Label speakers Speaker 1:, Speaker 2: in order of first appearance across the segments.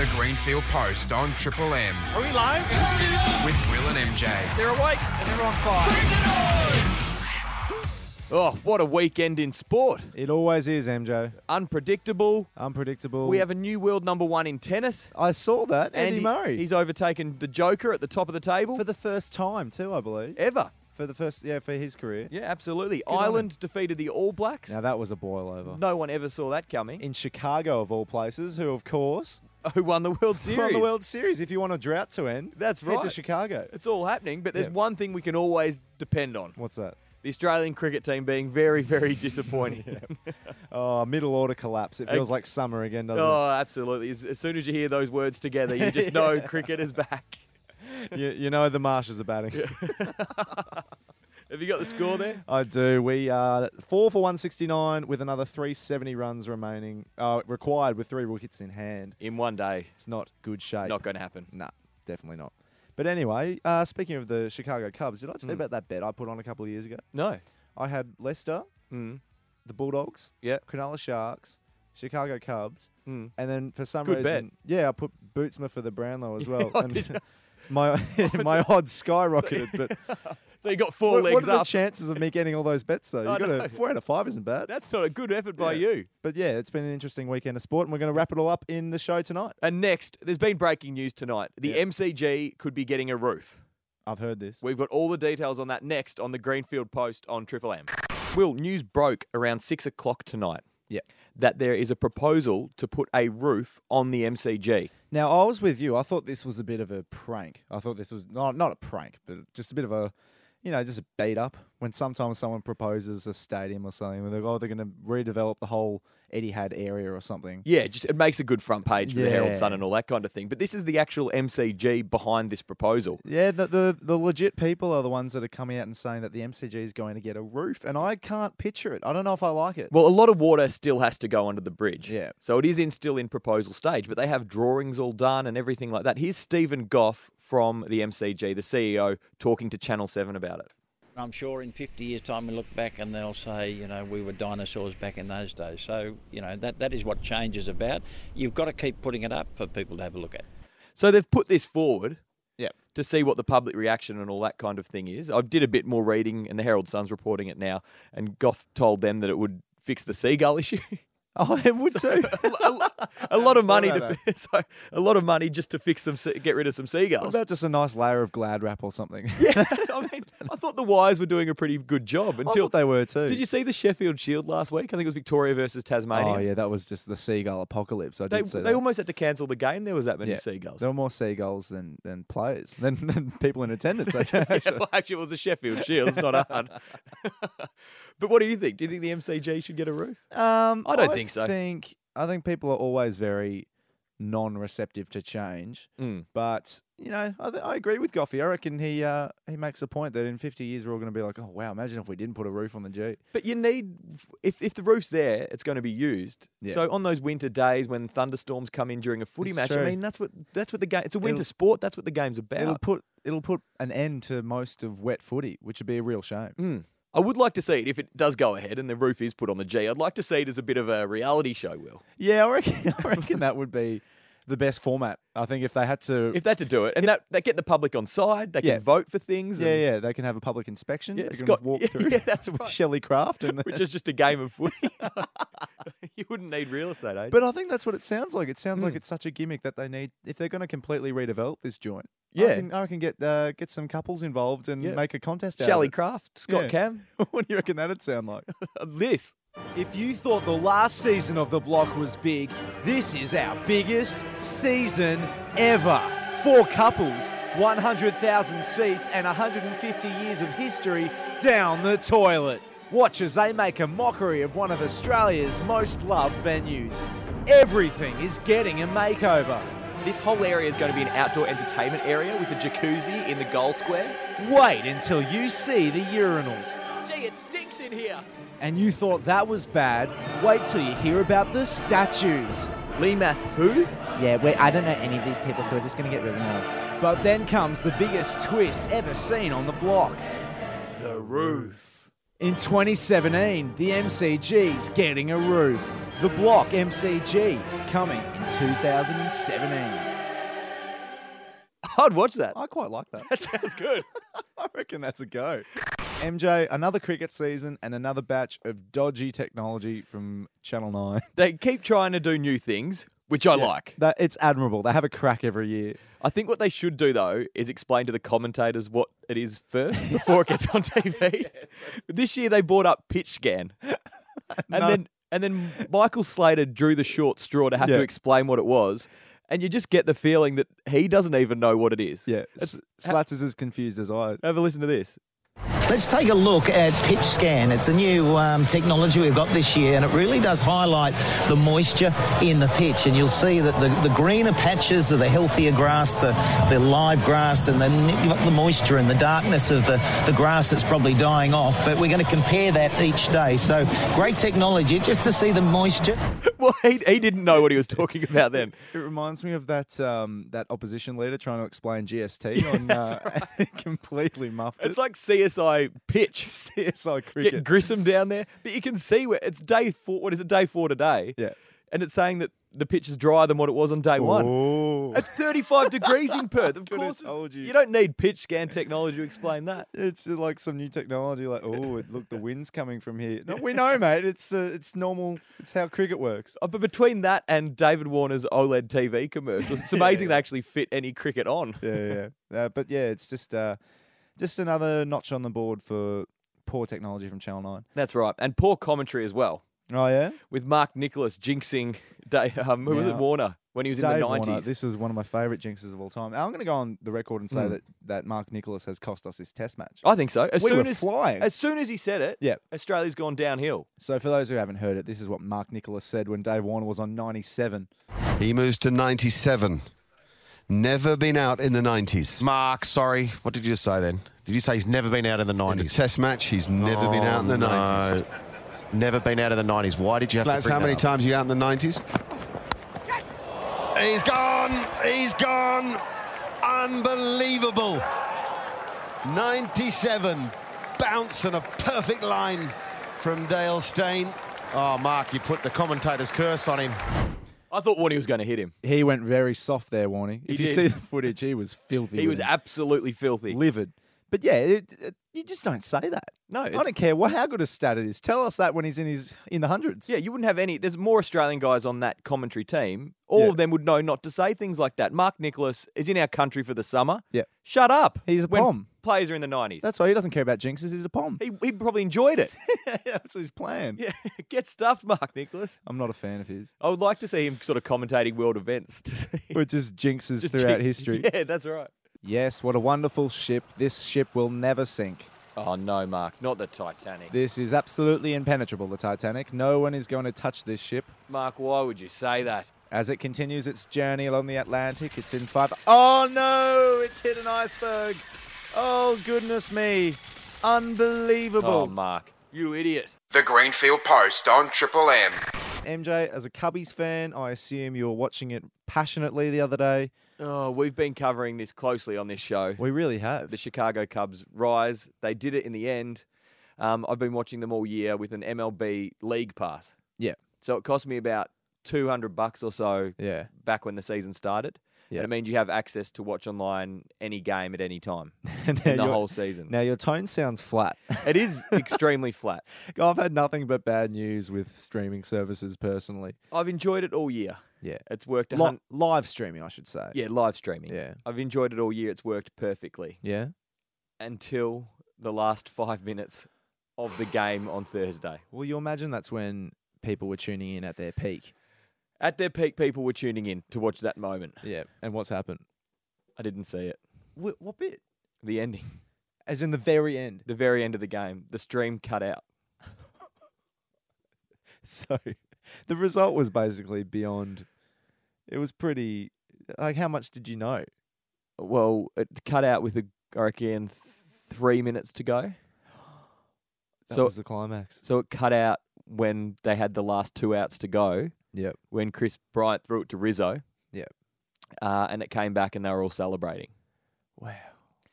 Speaker 1: The Greenfield Post on Triple M
Speaker 2: Are we live?
Speaker 1: with Will and MJ.
Speaker 3: They're awake and they're on fire.
Speaker 4: Oh, what a weekend in sport.
Speaker 2: It always is, MJ.
Speaker 4: Unpredictable.
Speaker 2: Unpredictable.
Speaker 4: We have a new world number one in tennis.
Speaker 2: I saw that. Andy,
Speaker 4: Andy-
Speaker 2: Murray.
Speaker 4: He's overtaken the Joker at the top of the table.
Speaker 2: for the first time too, I believe.
Speaker 4: Ever.
Speaker 2: For the first, yeah, for his career.
Speaker 4: Yeah, absolutely.
Speaker 2: on
Speaker 4: Ireland defeated the All Blacks.
Speaker 2: Now that was a boil over.
Speaker 4: No one ever saw that coming.
Speaker 2: In Chicago, of all places, who of course
Speaker 4: Who won the World Series?
Speaker 2: won the World Series. If you want a drought to end,
Speaker 4: That's
Speaker 2: Head to
Speaker 4: right.
Speaker 2: Chicago.
Speaker 4: It's all happening, but there's
Speaker 2: Yeah.
Speaker 4: one thing we can always depend on
Speaker 2: What's that?
Speaker 4: the Australian cricket team being very, very disappointing.
Speaker 2: Oh, middle order collapse. It
Speaker 4: Ag-
Speaker 2: feels like summer again, doesn't
Speaker 4: Oh, absolutely. As, as soon as you hear those words together, you just know cricket is back.
Speaker 2: it? You, you know the Marshes are batting.
Speaker 4: Have you got the score there?
Speaker 2: I do. We are four for 169 with another 370 runs remaining, uh, required with three wickets in hand.
Speaker 4: In one day,
Speaker 2: It's not good shape.
Speaker 4: not going to happen.
Speaker 2: Nah, definitely not. But anyway, uh, speaking of the Chicago Cubs, did I tell you
Speaker 4: Mm.
Speaker 2: about that bet I put on a couple of years ago?
Speaker 4: No.
Speaker 2: I had Leicester,
Speaker 4: Mm.
Speaker 2: the Bulldogs,
Speaker 4: Yeah.
Speaker 2: Cronulla Sharks, Chicago Cubs,
Speaker 4: Mm.
Speaker 2: and then for some
Speaker 4: Good bet.
Speaker 2: reason, yeah, I put Bootsma for the Brownlow as
Speaker 4: Yeah,
Speaker 2: well.
Speaker 4: I
Speaker 2: and
Speaker 4: did.
Speaker 2: my my odds skyrocketed. But
Speaker 4: So you got four
Speaker 2: what,
Speaker 4: legs
Speaker 2: what are the
Speaker 4: up.
Speaker 2: chances of me getting all those bets though?
Speaker 4: I
Speaker 2: You got
Speaker 4: know.
Speaker 2: a four out of five isn't bad.
Speaker 4: That's not a good effort by
Speaker 2: Yeah.
Speaker 4: you.
Speaker 2: But yeah, it's been an interesting weekend of sport, and we're going to wrap it all up in the show tonight.
Speaker 4: And next, there's been breaking news tonight. The
Speaker 2: Yeah.
Speaker 4: MCG could be getting a roof.
Speaker 2: I've heard this.
Speaker 4: We've got all the details on that next on the Greenfield Post on Triple M. Will, news broke around six o'clock tonight.
Speaker 2: Yeah.
Speaker 4: That there is a proposal to put a roof on the MCG.
Speaker 2: Now I was with you. I thought this was a bit of a prank. I thought this was not not a prank, but just a bit of a, you know, just a beat up. When sometimes someone proposes a stadium or something, and they're oh they're going to redevelop the whole Etihad area or something.
Speaker 4: Yeah, just it makes a good front page for the Herald
Speaker 2: Yeah.
Speaker 4: Sun and all that kind of thing. But this is the actual MCG behind this proposal.
Speaker 2: Yeah, the, the the legit people are the ones that are coming out and saying that the MCG is going to get a roof, and I can't picture it. I don't know if I like it.
Speaker 4: Well, a lot of water still has to go under the bridge.
Speaker 2: Yeah.
Speaker 4: So it is in still in proposal stage, but they have drawings all done and everything like that. Here's Stephen Goff from the MCG, the CEO, talking to Channel 7 about it.
Speaker 5: I'm sure in 50 years' time we look back and they'll say, you know, we were dinosaurs back in those days. So, you know, that, that is what change is about. You've got to keep putting it up for people to have a look at.
Speaker 4: So they've put this forward
Speaker 2: Yep.
Speaker 4: to see what the public reaction and all that kind of thing is. I did a bit more reading, and the Herald Sun's reporting it now, and Goff told them that it would fix the seagull issue.
Speaker 2: Oh, it would too.
Speaker 4: a, lo- a lot of money
Speaker 2: about
Speaker 4: to so a lot of money just to fix some se- get rid of some
Speaker 2: What
Speaker 4: seagulls.
Speaker 2: about just a nice layer of Glad wrap or something?
Speaker 4: Yeah, I mean, I thought the Wires were doing a pretty good job
Speaker 2: I
Speaker 4: until
Speaker 2: thought they were too.
Speaker 4: Did you see the Sheffield Shield last week? I think it was Victoria versus Tasmania.
Speaker 2: Oh yeah, that was just the seagull apocalypse. I
Speaker 4: They,
Speaker 2: did see
Speaker 4: they
Speaker 2: that.
Speaker 4: almost had to cancel the game. There was that many
Speaker 2: Yeah.
Speaker 4: seagulls.
Speaker 2: There were more seagulls than than players than, than people in attendance. I think,
Speaker 4: Yeah,
Speaker 2: actually.
Speaker 4: well, actually, it was the Sheffield Shield. It's not hard. but what do you think? Do you think the MCG should get a roof?
Speaker 2: Um,
Speaker 4: I don't think so.
Speaker 2: Think I think people are always very non-receptive to change.
Speaker 4: Mm.
Speaker 2: But you know, I, th- I agree with Goffey. I reckon he uh, he makes a point that in 50 years we're all going to be like, oh wow, imagine if we didn't put a roof on the G.
Speaker 4: But you need, if, if the roof's there, it's going to be used.
Speaker 2: Yeah.
Speaker 4: So on those winter days when thunderstorms come in during a footy
Speaker 2: It's
Speaker 4: match,
Speaker 2: true.
Speaker 4: I mean that's what that's what the game. It's a winter
Speaker 2: It'll-
Speaker 4: sport. That's what the game's
Speaker 2: It'll
Speaker 4: about.
Speaker 2: put it'll put an end to most of wet footy, which would be a real shame.
Speaker 4: Mm. I would like to see it if it does go ahead and the roof is put on the G. I'd like to see it as a bit of a reality show. Will
Speaker 2: Yeah, I reckon I reckon that would be the best format. I think if they had to.
Speaker 4: if they had to do it, and that that get the public on side, they
Speaker 2: Yeah.
Speaker 4: can vote for things.
Speaker 2: yeah,
Speaker 4: and-
Speaker 2: yeah, they can have a public inspection.
Speaker 4: Yeah,
Speaker 2: they can
Speaker 4: Scott-
Speaker 2: walk
Speaker 4: yeah,
Speaker 2: through.
Speaker 4: yeah, that's right.
Speaker 2: Shelley Craft and
Speaker 4: which is just a game of footy. you wouldn't need real estate eh? agents.
Speaker 2: But I think that's what it sounds like. It sounds like
Speaker 4: Mm.
Speaker 2: it's such a gimmick that they need if they're going to completely redevelop this joint. I
Speaker 4: Yeah.
Speaker 2: reckon, I reckon get uh, get some couples involved and
Speaker 4: Yeah.
Speaker 2: make a contest out
Speaker 4: Shally
Speaker 2: of
Speaker 4: Craft, Scott
Speaker 2: uh, Yeah.
Speaker 4: Cam,
Speaker 2: it. what do you reckon that'd sound like?
Speaker 4: this.
Speaker 2: if you thought the last season of The Block was big, this is our biggest season ever. Four couples, 100,000 seats, and 150 years of history down the toilet. Watch as they make a mockery of one of Australia's most loved venues. Everything is getting a makeover.
Speaker 4: This whole area is going to be an outdoor entertainment area with a jacuzzi in the goal square.
Speaker 2: Wait until you see the urinals.
Speaker 4: Gee, it stinks in here.
Speaker 2: And you thought that was bad? Wait till you hear about the statues.
Speaker 4: Lee Math, who?
Speaker 6: Yeah, wait, I don't know any of these people, so we're just gonna get rid of them.
Speaker 2: But then comes the biggest twist ever seen on the block the roof. In 2017, the MCG's getting a roof. The Block MCG, coming in 2017.
Speaker 4: I'd watch that.
Speaker 2: I quite like that.
Speaker 4: That sounds good.
Speaker 2: I reckon that's a go. MJ, another cricket season and another batch of dodgy technology from Channel 9.
Speaker 4: They keep trying to do new things, which I like.
Speaker 2: That, it's admirable. They have a crack every year.
Speaker 4: I think what they should do though is explain to the commentators what it is first before it gets on TV. this year they brought up pitch scan, and then and then Michael Slater drew the short straw to have
Speaker 2: Yeah.
Speaker 4: to explain what it was, and you just get the feeling that he doesn't even know what it is.
Speaker 2: Yeah.
Speaker 4: It's-
Speaker 2: S- Slats is as confused as I.
Speaker 4: have a listen to this.
Speaker 7: Let's take a look at pitch scan. It's a new um, technology we've got this year, and it really does highlight the moisture in the pitch. And you'll see that the, the greener patches are the healthier grass, the, the live grass, and then you've got the moisture and the darkness of the, the grass that's probably dying off. But we're going to compare that each day. So great technology just to see the moisture.
Speaker 4: Well, he, he didn't know what he was talking about then.
Speaker 2: It reminds me of that um, that opposition leader trying to explain GST on uh, completely muffed.
Speaker 4: It's like CSI pitch.
Speaker 2: CSI
Speaker 4: Get
Speaker 2: cricket.
Speaker 4: Grissom down there, but you can see where it's day four. What is it? Day four today.
Speaker 2: Yeah.
Speaker 4: and it's saying that the pitch is drier than what it was on day one.
Speaker 2: Oh.
Speaker 4: It's 35 degrees in Perth. Of
Speaker 2: Could've
Speaker 4: course, it's-
Speaker 2: told you.
Speaker 4: you don't need pitch scan technology to explain that.
Speaker 2: It's like some new technology. Like, oh, it- look, the wind's coming from here. No, we know, mate. It's uh, it's normal. It's how cricket works.
Speaker 4: Uh, But between that and David Warner's E OLED TV commercials, it's amazing they actually fit any cricket on.
Speaker 2: Yeah, yeah. yeah. Uh, but yeah, it's just uh, just another notch on the board for poor technology from Channel Nine.
Speaker 4: That's right. And poor commentary as well,
Speaker 2: Oh yeah,
Speaker 4: with Mark Nicholas jinxing day, um, who was it,
Speaker 2: Yeah.
Speaker 4: Warner, when he was in
Speaker 2: Dave
Speaker 4: the
Speaker 2: Warner,
Speaker 4: 90s.
Speaker 2: This was one of my favourite jinxes of all time. I'm going to go on the record and say
Speaker 4: Hmm.
Speaker 2: that that Mark Nicholas has cost us this Test match.
Speaker 4: I think so. As
Speaker 2: We were
Speaker 4: soon as
Speaker 2: flying.
Speaker 4: as soon as he said it,
Speaker 2: Yeah.
Speaker 4: Australia's gone downhill.
Speaker 2: So for those who haven't heard it, this is what Mark Nicholas said when Dave Warner was on 97.
Speaker 8: He moves to 97. Never been out in the 90s.
Speaker 1: Mark, sorry. What did you just say then? Did you say he's never been out in the
Speaker 8: In a
Speaker 1: 90s?
Speaker 8: test match, he's never been out in the
Speaker 1: Oh, no.
Speaker 8: 90s.
Speaker 1: Never been out of the 90s. Why did you have
Speaker 8: That's
Speaker 1: to bring
Speaker 8: how many
Speaker 1: that up?
Speaker 8: times you out in the 90s?
Speaker 1: He's gone. He's gone.
Speaker 8: Unbelievable. 97. Bounce and a perfect line from Dale Steyn.
Speaker 1: Oh, Mark, you put the commentator's curse on him.
Speaker 4: I thought Warner was going to hit him.
Speaker 2: He went very soft there, Warney. If
Speaker 4: He did.
Speaker 2: you see the footage, he was filthy.
Speaker 4: He
Speaker 2: with
Speaker 4: was
Speaker 2: him.
Speaker 4: absolutely filthy.
Speaker 2: livid. But yeah, it, it, you just don't say that.
Speaker 4: No,
Speaker 2: I
Speaker 4: it's-
Speaker 2: don't care what how good a stat it is. Tell us that when he's in his in the hundreds.
Speaker 4: Yeah, you wouldn't have any. There's more Australian guys on that commentary team. All
Speaker 2: Yeah.
Speaker 4: of them would know not to say things like that. Mark Nicholas is in our country for the summer.
Speaker 2: Yeah.
Speaker 4: Shut up.
Speaker 2: He's a
Speaker 4: when
Speaker 2: pom.
Speaker 4: Players are in the 90s.
Speaker 2: that's why he doesn't care about jinxes. He's a pom.
Speaker 4: he, he probably enjoyed it.
Speaker 2: that's his plan.
Speaker 4: yeah, get stuffed, Mark Nicholas.
Speaker 2: I'm not a fan of his.
Speaker 4: I would like to see him sort of commentating world events. To see.
Speaker 2: Which is jinxes
Speaker 4: Just
Speaker 2: throughout
Speaker 4: cheat-
Speaker 2: history.
Speaker 4: Yeah, that's right.
Speaker 2: Yes, what a wonderful ship. This ship will never sink.
Speaker 4: Oh, no, Mark. Not the Titanic.
Speaker 2: This is absolutely impenetrable, the Titanic. No one is going to touch this ship.
Speaker 4: Mark, why would you say that?
Speaker 2: As it continues its journey along the Atlantic, it's in five. Oh no, it's hit an iceberg. Oh goodness me.
Speaker 4: Oh,
Speaker 2: Unbelievable.
Speaker 4: Mark. You idiot.
Speaker 1: The Greenfield Post on Triple M.
Speaker 2: MJ, as a Cubbies fan, I assume you were watching it passionately the other day.
Speaker 4: Oh, we've been covering this closely on this show.
Speaker 2: We really have.
Speaker 4: the Chicago Cubs rise. They did it in the end. Um, I've been watching them all year with an MLB league pass.
Speaker 2: Yeah.
Speaker 4: So it cost me about 200 bucks or so
Speaker 2: Yeah.
Speaker 4: back when the season started.
Speaker 2: Yeah.
Speaker 4: And it means you have access to watch online any game at any time
Speaker 2: Now
Speaker 4: in the
Speaker 2: your-
Speaker 4: whole season.
Speaker 2: Now your tone sounds flat.
Speaker 4: it is extremely flat.
Speaker 2: I've had nothing but bad news with streaming services personally.
Speaker 4: I've enjoyed it all year.
Speaker 2: Yeah.
Speaker 4: It's worked. a
Speaker 2: Li-
Speaker 4: hun-
Speaker 2: live streaming, I should say.
Speaker 4: yeah, live streaming.
Speaker 2: Yeah.
Speaker 4: I've enjoyed it all year. It's worked perfectly
Speaker 2: Yeah.
Speaker 4: until the last five minutes of the game on Thursday.
Speaker 2: Well, you imagine that's when people were tuning in at their peak.
Speaker 4: At their peak, people were tuning in to watch that moment.
Speaker 2: Yeah. And what's happened?
Speaker 4: I didn't see it.
Speaker 2: What, what bit?
Speaker 4: The ending,
Speaker 2: As in the very end.
Speaker 4: the very end of the game, the stream cut out.
Speaker 2: So the result was basically beyond. It was pretty. Like, how much did you know?
Speaker 4: Well, it cut out with, a, I reckon, th- three minutes to go.
Speaker 2: That
Speaker 4: So,
Speaker 2: was the climax.
Speaker 4: so it cut out when they had the last two outs to go,
Speaker 2: Yep.
Speaker 4: when Chris Bryant threw it to Rizzo.
Speaker 2: Yep.
Speaker 4: Uh, and it came back and they were all celebrating.
Speaker 2: Wow.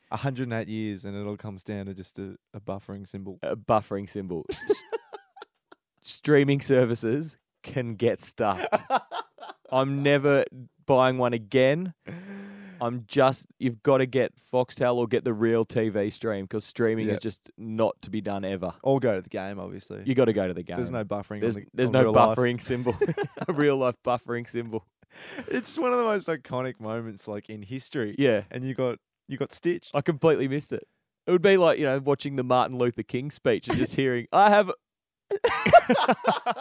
Speaker 2: 108 years, and it all comes down to just a, a buffering symbol.
Speaker 4: A buffering symbol. S- Streaming services can get stuffed. I'm never buying one again. I'm just you've got to get Foxtel or get the real TV stream because streaming
Speaker 2: Yep.
Speaker 4: is just not to be done ever.
Speaker 2: All go to the game, obviously.
Speaker 4: You got to go to the game.
Speaker 2: There's no buffering.
Speaker 4: There's,
Speaker 2: on the,
Speaker 4: there's
Speaker 2: on
Speaker 4: no
Speaker 2: real life.
Speaker 4: buffering symbol. a real life buffering symbol.
Speaker 2: It's one of the most iconic moments, like in history.
Speaker 4: Yeah.
Speaker 2: and you got you got stitched.
Speaker 4: I completely missed it. It would be like, you know, watching the Martin Luther King speech and just hearing, I have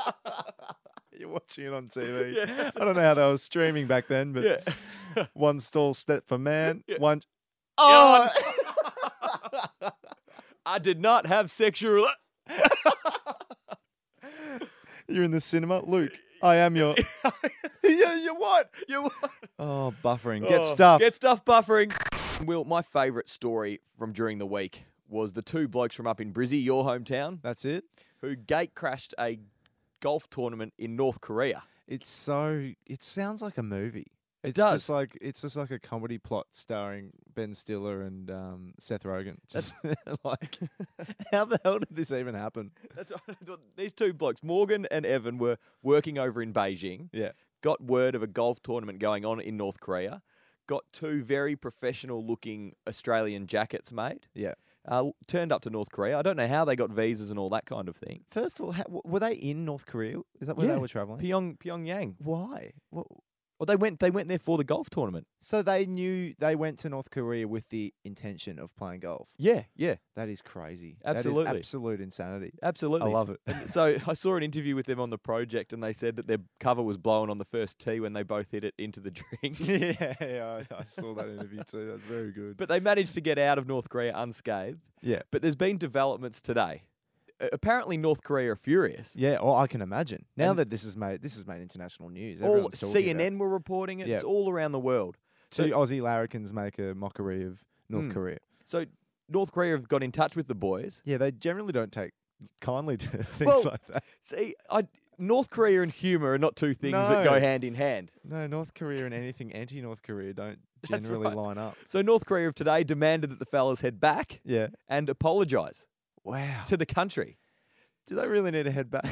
Speaker 2: You're watching it on TV.
Speaker 4: Yeah, that's
Speaker 2: I don't know how they were streaming back then, but
Speaker 4: Yeah.
Speaker 2: one stall step for man,
Speaker 4: Yeah.
Speaker 2: one.
Speaker 4: Oh!
Speaker 2: Oh.
Speaker 4: I did not have sexual
Speaker 2: You're in the cinema, Luke. I am your.
Speaker 4: Yeah, you what? You what?
Speaker 2: Oh, buffering. Get
Speaker 4: Oh,
Speaker 2: stuffed.
Speaker 4: Get stuff buffering. Will, my favourite story from during the week was the two blokes from up in Brizzy, your hometown,
Speaker 2: That's it.
Speaker 4: who gate crashed a golf tournament in North Korea.
Speaker 2: It's so. It sounds like a movie. It it's
Speaker 4: does.
Speaker 2: Just like it's just like a comedy plot starring Ben Stiller and um, Seth Rogen. Just like, how the hell did this even happen?
Speaker 4: That's what I thought. These two blokes, Morgan and Evan, were working over in Beijing.
Speaker 2: Yeah.
Speaker 4: Got word of a golf tournament going on in North Korea. Got two very professional looking Australian jackets made.
Speaker 2: Yeah.
Speaker 4: Uh, turned up to North Korea. I don't know how they got visas and all that kind of thing.
Speaker 2: First of all, how, w- were they in North Korea? Is that where
Speaker 4: Yeah.
Speaker 2: they were traveling?
Speaker 4: Pyong Pyongyang.
Speaker 2: Why? What,
Speaker 4: Well, they went. They went there for the golf tournament.
Speaker 2: so they knew they went to North Korea with the intention of playing golf.
Speaker 4: Yeah, yeah,
Speaker 2: That is crazy. That
Speaker 4: Absolutely.
Speaker 2: is absolute insanity.
Speaker 4: absolutely.
Speaker 2: I love it.
Speaker 4: And so I saw an interview with them on the project, and they said that their cover was blown on the first tee when they both hit it into the drink.
Speaker 2: yeah, yeah, I, I saw that interview too. That's very good.
Speaker 4: But they managed to get out of North Korea unscathed.
Speaker 2: yeah,
Speaker 4: But there's been developments today. A- Apparently, North Korea are furious.
Speaker 2: yeah. Well, I can imagine now
Speaker 4: And-
Speaker 2: that this is made. This has made international news.
Speaker 4: all
Speaker 2: Everyone's talking about it.
Speaker 4: CNN were reporting it.
Speaker 2: Yeah.
Speaker 4: It's all around the world.
Speaker 2: Two Aussie larrikins make a mockery of North
Speaker 4: Mm.
Speaker 2: Korea.
Speaker 4: So North Korea have got in touch with the boys.
Speaker 2: Yeah, they generally don't take kindly to things
Speaker 4: Well,
Speaker 2: like that.
Speaker 4: See, I, North Korea and humor are not two things that
Speaker 2: No.
Speaker 4: go hand in hand.
Speaker 2: No, North Korea and anything anti-North Korea don't
Speaker 4: That's
Speaker 2: generally
Speaker 4: right.
Speaker 2: line up.
Speaker 4: So North Korea of today demanded that the fellas head back
Speaker 2: Yeah.
Speaker 4: and apologise
Speaker 2: Wow.
Speaker 4: to the country.
Speaker 2: Do they really need a head back?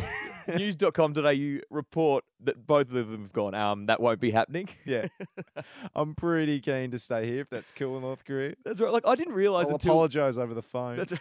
Speaker 4: News.com.au report that both of them have gone, um, that won't be happening.
Speaker 2: yeah. I'm pretty keen to stay here if that's cool in North Korea.
Speaker 4: That's right. Like, I didn't realise
Speaker 2: I'll
Speaker 4: until
Speaker 2: apologise over the phone.
Speaker 4: That's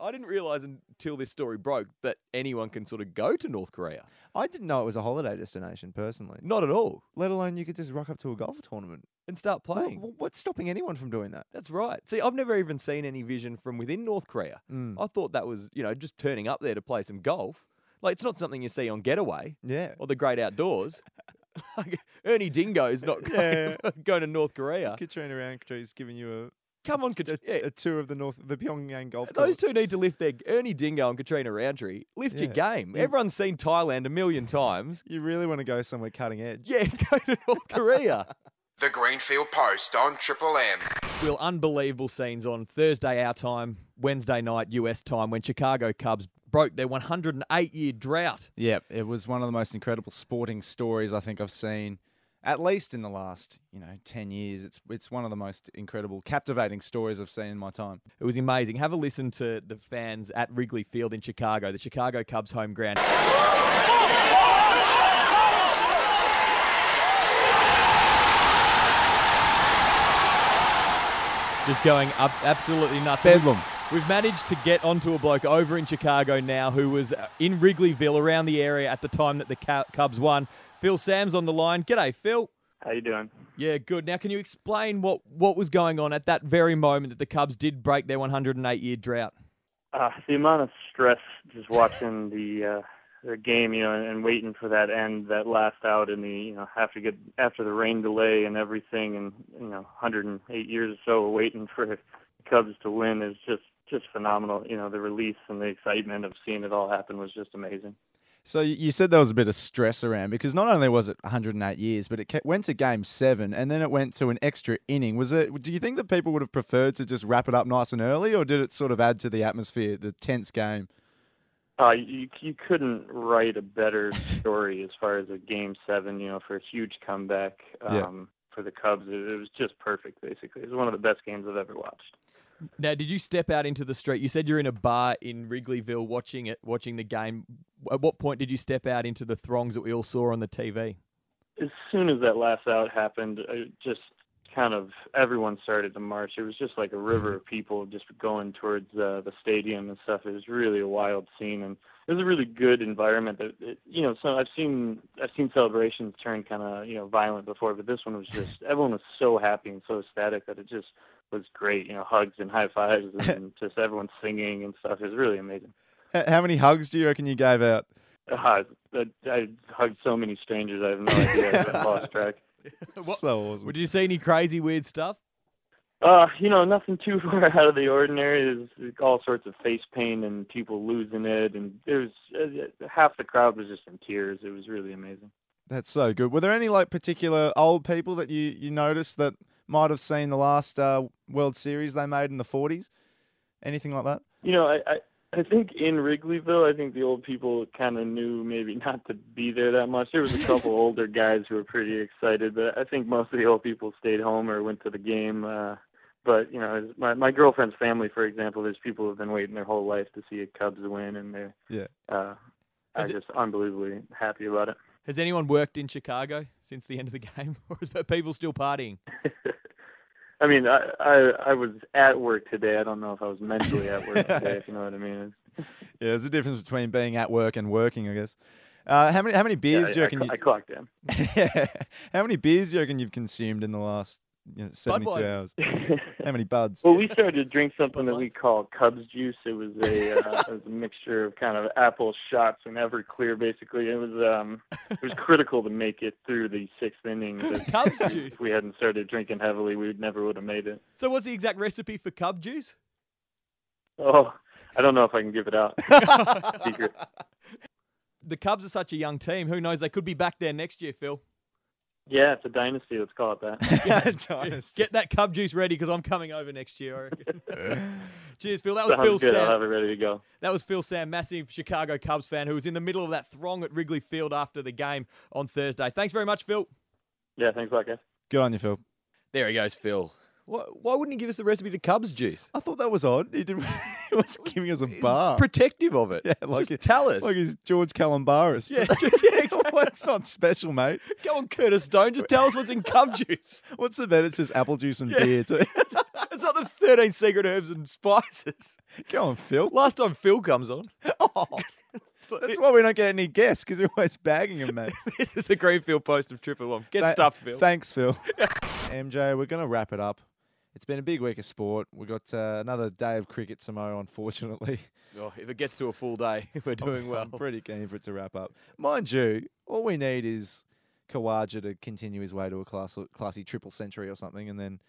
Speaker 4: I didn't realize until this story broke that anyone can sort of go to North Korea.
Speaker 2: I didn't know it was a holiday destination personally.
Speaker 4: Not at all.
Speaker 2: Let alone you could just rock up to a golf tournament.
Speaker 4: And start
Speaker 2: Wha-
Speaker 4: playing.
Speaker 2: wha- what's stopping anyone from doing that?
Speaker 4: That's right. See, I've never even seen any vision from within North Korea.
Speaker 2: Mm.
Speaker 4: I thought that was, you know, just turning up there to play some golf. Like it's not something you see on Getaway
Speaker 2: Yeah.
Speaker 4: or the Great Outdoors. like Ernie Dingo's not going,
Speaker 2: Yeah.
Speaker 4: going to North Korea.
Speaker 2: Katrina Roundtree's giving you
Speaker 4: Come on,
Speaker 2: a,
Speaker 4: Katrina.
Speaker 2: a, a tour of the North, the Pyongyang golf
Speaker 4: Those
Speaker 2: course.
Speaker 4: two need to lift their Ernie Dingo and Katrina Roundtree. Lift your
Speaker 2: Yeah.
Speaker 4: game. Everyone's seen Thailand a million times.
Speaker 2: You really want to go somewhere cutting edge.
Speaker 4: Yeah, go to North Korea.
Speaker 9: The Greenfield Post on Triple M.
Speaker 4: Will unbelievable scenes on Thursday our time, Wednesday night US time when Chicago Cubs broke their 108 year drought.
Speaker 6: Yep, it was one of the most incredible sporting stories I think I've seen, at least in the last you know ten years. It's it's one of the most incredible, captivating stories I've seen in my time.
Speaker 4: It was amazing. Have a listen to the fans at Wrigley Field in Chicago, the Chicago Cubs home ground. Just going up absolutely nuts.
Speaker 6: Bedlam.
Speaker 4: We've managed to get onto a bloke over in Chicago now who was uh, in Wrigleyville around the area at the time that the Cu- Cubs won. Phil Sam's on the line. G'day, Phil.
Speaker 10: How you doing?
Speaker 4: Yeah, good. Now, can you explain what, what was going on at that very moment that the Cubs did break their 108 year drought?
Speaker 10: Uh, the amount of stress just watching the uh, the game, you know, and, and waiting for that end, that last out, and the you know have to get after the rain delay and everything, and you know, 108 years or so waiting for the Cubs to win is just just phenomenal. You know, the release and the excitement of seeing it all happen was just amazing.
Speaker 6: So y- you said there was a bit of stress around because not only was it 108 years, but it ke- went to game seven and then it went to an extra inning. Was it? Do you think that people would have preferred to just wrap it up nice and early, or did it sort of add to the atmosphere, the tense game?
Speaker 10: Uh, you you couldn't write a better story as far as a game seven, you know, for a huge comeback um,
Speaker 6: Yeah.
Speaker 10: for the Cubs. It, it was just perfect, basically. It was one of the best games I've ever watched.
Speaker 4: Now, did you step out into the street? You said you're in a bar in Wrigleyville watching it, watching the game. At what point did you step out into the throngs that we all saw on the TV?
Speaker 10: as soon as that last out happened, I just kind of everyone started to march. It was just like a river of people just going towards uh, the stadium and stuff. It was really a wild scene, and it was a really good environment. That it, you know, so I've seen I've seen celebrations turn kind of you know violent before, but this one was just everyone was so happy and so ecstatic that it just was great. You know, hugs and high fives and just everyone singing and stuff. It was really amazing.
Speaker 2: H- How many hugs do you reckon you gave out?
Speaker 10: Uh, I, I hugged so many strangers. I have no idea. I lost track.
Speaker 2: so awesome.
Speaker 4: Did you see any crazy weird stuff?
Speaker 10: Uh, you know, nothing too far out of the ordinary. There's all sorts of face paint and people losing it, and there's uh, half the crowd was just in tears. It was really amazing.
Speaker 2: That's so good. Were there any like particular old people that you you noticed that might have seen the last uh, World Series they made in the forties? Anything like that?
Speaker 10: You know, I, I I think in Wrigleyville, I think the old people kind of knew maybe not to be there that much. There was a couple older guys who were pretty excited, but I think most of the old people stayed home or went to the game. Uh, but you know, as my my girlfriend's family, for example, there's people who've been waiting their whole life to see a Cubs win, and they're
Speaker 2: Yeah.
Speaker 10: uh, are
Speaker 4: Is it-
Speaker 10: just unbelievably happy about it.
Speaker 4: Has anyone worked in Chicago since the end of the game, or is are people still partying?
Speaker 10: I mean, I, I I was at work today. I don't know if I was mentally at work today, if you know what I mean.
Speaker 2: Yeah, there's a difference between being at work and working, I guess. Uh, how many how many beers
Speaker 10: I,
Speaker 2: do you
Speaker 10: I
Speaker 2: reckon?
Speaker 10: cl- I clocked in.
Speaker 2: you, how many beers do you reckon you've consumed in the last you know, seventy two
Speaker 4: Budweisers.
Speaker 2: hours? How many buds?
Speaker 10: Well, we started to drink something that we call Cubs juice. It was a uh, it was a mixture of kind of apple shots and Everclear. Basically, it was um it was critical to make it through the sixth inning. But
Speaker 4: Cubs juice.
Speaker 10: If we hadn't started drinking heavily, we would never would have made it.
Speaker 4: So, what's the exact recipe for cub juice?
Speaker 10: Oh, I don't know if I can give it out. Secret.
Speaker 4: The Cubs are such a young team. Who knows? They could be back there next year, Phil.
Speaker 10: Yeah, it's a dynasty. Let's call it that.
Speaker 2: Dynasty.
Speaker 4: Get that cub juice ready because I'm coming over next year. I reckon. Cheers, Phil. That was
Speaker 10: Sounds
Speaker 4: Phil
Speaker 10: good.
Speaker 4: Sam.
Speaker 10: I'll have it ready to go.
Speaker 4: That was Phil Sam, massive Chicago Cubs fan who was in the middle of that throng at Wrigley Field after the game on Thursday. Thanks very much, Phil.
Speaker 10: Yeah, thanks a lot, guys.
Speaker 2: Good on you, Phil.
Speaker 4: There he goes, Phil. Why, why wouldn't he give us the recipe to Cubs juice?
Speaker 2: I thought that was odd. He didn't. he was giving us a
Speaker 4: Uh.
Speaker 2: bar.
Speaker 4: Protective of it.
Speaker 2: Yeah, like
Speaker 4: Just tell us.
Speaker 2: Like he's George Calambaris.
Speaker 4: Yeah, just- yeah, exactly.
Speaker 2: It's not special, mate.
Speaker 4: Go on, Curtis Stone. Just tell us what's in Cub juice.
Speaker 2: What's the bet? It's just apple juice and beer. Too.
Speaker 4: It's not the 13 secret herbs and spices.
Speaker 2: Go on, Phil.
Speaker 4: Last time Phil comes on. Oh,
Speaker 2: That's why we don't get any guests because you're always bagging him, mate.
Speaker 4: this is the Greenfield Post of Triple One. Get
Speaker 2: Tha-
Speaker 4: stuffed, Phil.
Speaker 2: Thanks, Phil. MJ, we're going to wrap it up. It's been a big week of sport. We've got uh, another day of cricket tomorrow, unfortunately.
Speaker 4: Oh, if it gets to a full day, we're doing well.
Speaker 2: I'm pretty keen for it to wrap up. Mind you, all we need is Kawaja to continue his way to a class, classy triple century or something, and then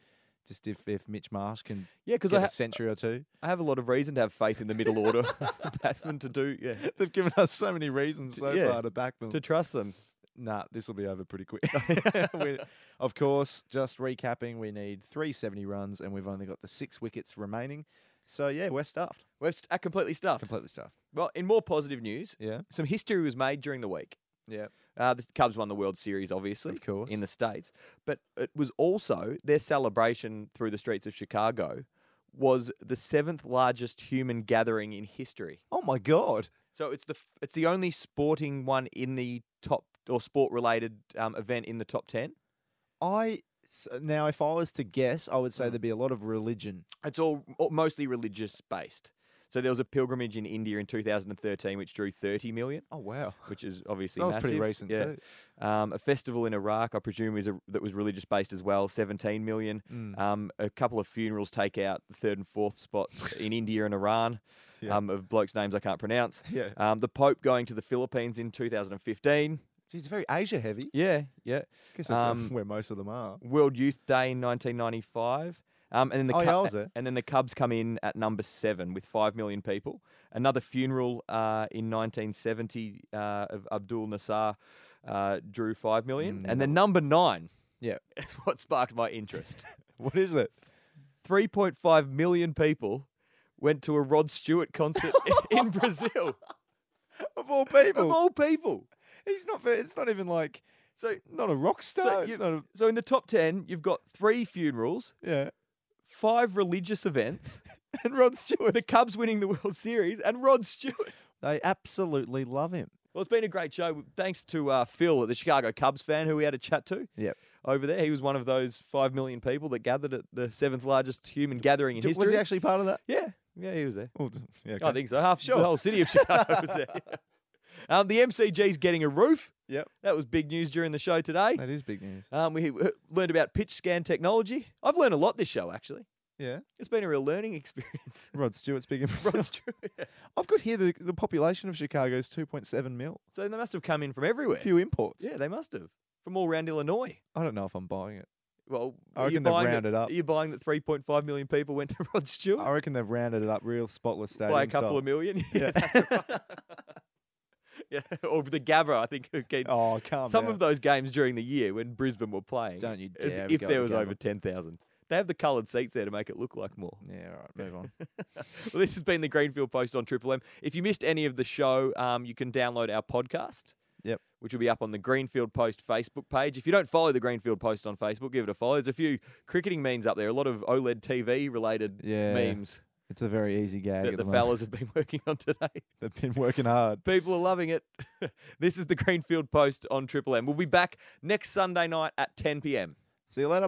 Speaker 2: just if, if Mitch Marsh can
Speaker 4: Yeah, 'cause
Speaker 2: get
Speaker 4: I
Speaker 2: a
Speaker 4: ha-
Speaker 2: century or two.
Speaker 4: I have a lot of reason to have faith in the middle order of batsmen to do, yeah,
Speaker 2: They've given us so many reasons so
Speaker 4: yeah.
Speaker 2: far to back them.
Speaker 4: to trust them.
Speaker 2: nah, this will be over pretty quick. We- of course, just recapping, we need 370 runs and we've only got the six wickets remaining. So, yeah, we're stuffed.
Speaker 4: We're st- uh, completely stuffed.
Speaker 2: Completely stuffed.
Speaker 4: Well, in more positive news,
Speaker 2: Yeah.
Speaker 4: some history was made during the week.
Speaker 2: Yeah.
Speaker 4: Uh, the Cubs won the World Series, obviously,
Speaker 2: Of course.
Speaker 4: in the states. But it was also their celebration through the streets of Chicago was the seventh largest human gathering in history.
Speaker 2: Oh, my God.
Speaker 4: So it's the f- it's the only sporting one in the top or sport related um, event in the top ten.
Speaker 2: I. s- Now, if I was to guess, I would say there'd be a lot of religion.
Speaker 4: It's all all- mostly religious based. So there was a pilgrimage in India in 2013 which drew 30 million.
Speaker 2: Oh, wow.
Speaker 4: which is obviously
Speaker 2: That was pretty
Speaker 4: massive.
Speaker 2: recent
Speaker 4: yeah. Um, a festival in Iraq, I presume, is a, that was religious based as well. Seventeen million.
Speaker 2: Mm.
Speaker 4: Um, a couple of funerals take out the third and fourth spots in India and Iran. Um, of blokes' names I can't pronounce.
Speaker 2: Yeah.
Speaker 4: Um, the Pope going to the Philippines in 2015.
Speaker 2: Geez, very Asia heavy.
Speaker 4: Yeah, yeah.
Speaker 2: guess that's um,
Speaker 4: Um,
Speaker 2: where most of them are.
Speaker 4: World Youth Day in 1995. Um, and then the
Speaker 2: Oh, yeah,
Speaker 4: Cu-
Speaker 2: I was there.
Speaker 4: and then the Cubs come in at number seven with five million people. Another funeral uh, in 1970 uh, of Abdul Nasser uh, drew five
Speaker 2: Mm,
Speaker 4: million, and then number nine
Speaker 2: Yeah.
Speaker 4: is what sparked my interest.
Speaker 2: What is it?
Speaker 4: 3.5 million people went to a Rod Stewart concert in Brazil.
Speaker 2: Of all people.
Speaker 4: Of all people.
Speaker 2: He's not. ve- It's not even like. So not a rock star.
Speaker 4: So,
Speaker 2: it's
Speaker 4: you-
Speaker 2: not a.
Speaker 4: so in the top ten, you've got three funerals,
Speaker 2: Yeah.
Speaker 4: five religious events, and Rod Stewart, the Cubs winning the World Series, and Rod Stewart.
Speaker 2: They absolutely love him.
Speaker 4: Well, it's been a great show. Thanks to uh, Phil, the Chicago Cubs fan, who we had a chat to.
Speaker 2: Yep.
Speaker 4: Over there, he was one of those five million people that gathered at the seventh largest human gathering in
Speaker 2: D- was
Speaker 4: history.
Speaker 2: he actually part of that?
Speaker 4: Yeah, yeah, he was there.
Speaker 2: Oh, d- yeah,
Speaker 4: I
Speaker 2: okay.
Speaker 4: think so. Half
Speaker 2: Sure.
Speaker 4: the whole city of Chicago was there. Um, the MCG's getting a roof.
Speaker 2: Yep.
Speaker 4: That was big news during the show today.
Speaker 2: That is big news.
Speaker 4: Um, we uh, learned about pitch scan technology. I've learned a lot this show, actually.
Speaker 2: Yeah.
Speaker 4: It's been a real learning experience.
Speaker 2: Rod Stewart's big impressive.
Speaker 4: Rod Stewart.
Speaker 2: I've got here the, the population of Chicago is 2.7 mil.
Speaker 4: So they must have come in from everywhere.
Speaker 2: A few imports.
Speaker 4: Yeah, they must have. From all around Illinois.
Speaker 2: I don't know if I'm buying it.
Speaker 4: Well,
Speaker 2: I
Speaker 4: are you
Speaker 2: reckon they've
Speaker 4: buying
Speaker 2: rounded
Speaker 4: that,
Speaker 2: up.
Speaker 4: Are you buying that 3.5 million people went to Rod Stewart
Speaker 2: I reckon they've rounded it up real spotless stadium
Speaker 4: by a couple
Speaker 2: style.
Speaker 4: of million? Yeah. that's right. yeah. Or the Gabba, I think. who keep-
Speaker 2: Oh, calm
Speaker 4: Some
Speaker 2: down.
Speaker 4: of those games during the year when Brisbane were playing.
Speaker 2: Don't you
Speaker 4: as
Speaker 2: dare
Speaker 4: If
Speaker 2: go
Speaker 4: there
Speaker 2: to
Speaker 4: was
Speaker 2: Gabba.
Speaker 4: over 10,000. They have the coloured seats there to make it look like more.
Speaker 2: Yeah, all right, move on.
Speaker 4: well, this has been the Greenfield Post on Triple M. If you missed any of the show, um, you can download our podcast.
Speaker 2: Yep.
Speaker 4: Which will be up on the Greenfield Post Facebook page. If you don't follow the Greenfield Post on Facebook, give it a follow. There's a few cricketing memes up there, a lot of E OLED TV related
Speaker 2: Yeah.
Speaker 4: memes
Speaker 2: It's a very easy gag.
Speaker 4: that
Speaker 2: at
Speaker 4: the
Speaker 2: moment.
Speaker 4: fellas have been working on today.
Speaker 2: They've been working hard.
Speaker 4: People are loving it. this is the Greenfield Post on Triple M. We'll be back next Sunday night at 10 p.m.
Speaker 2: See you later.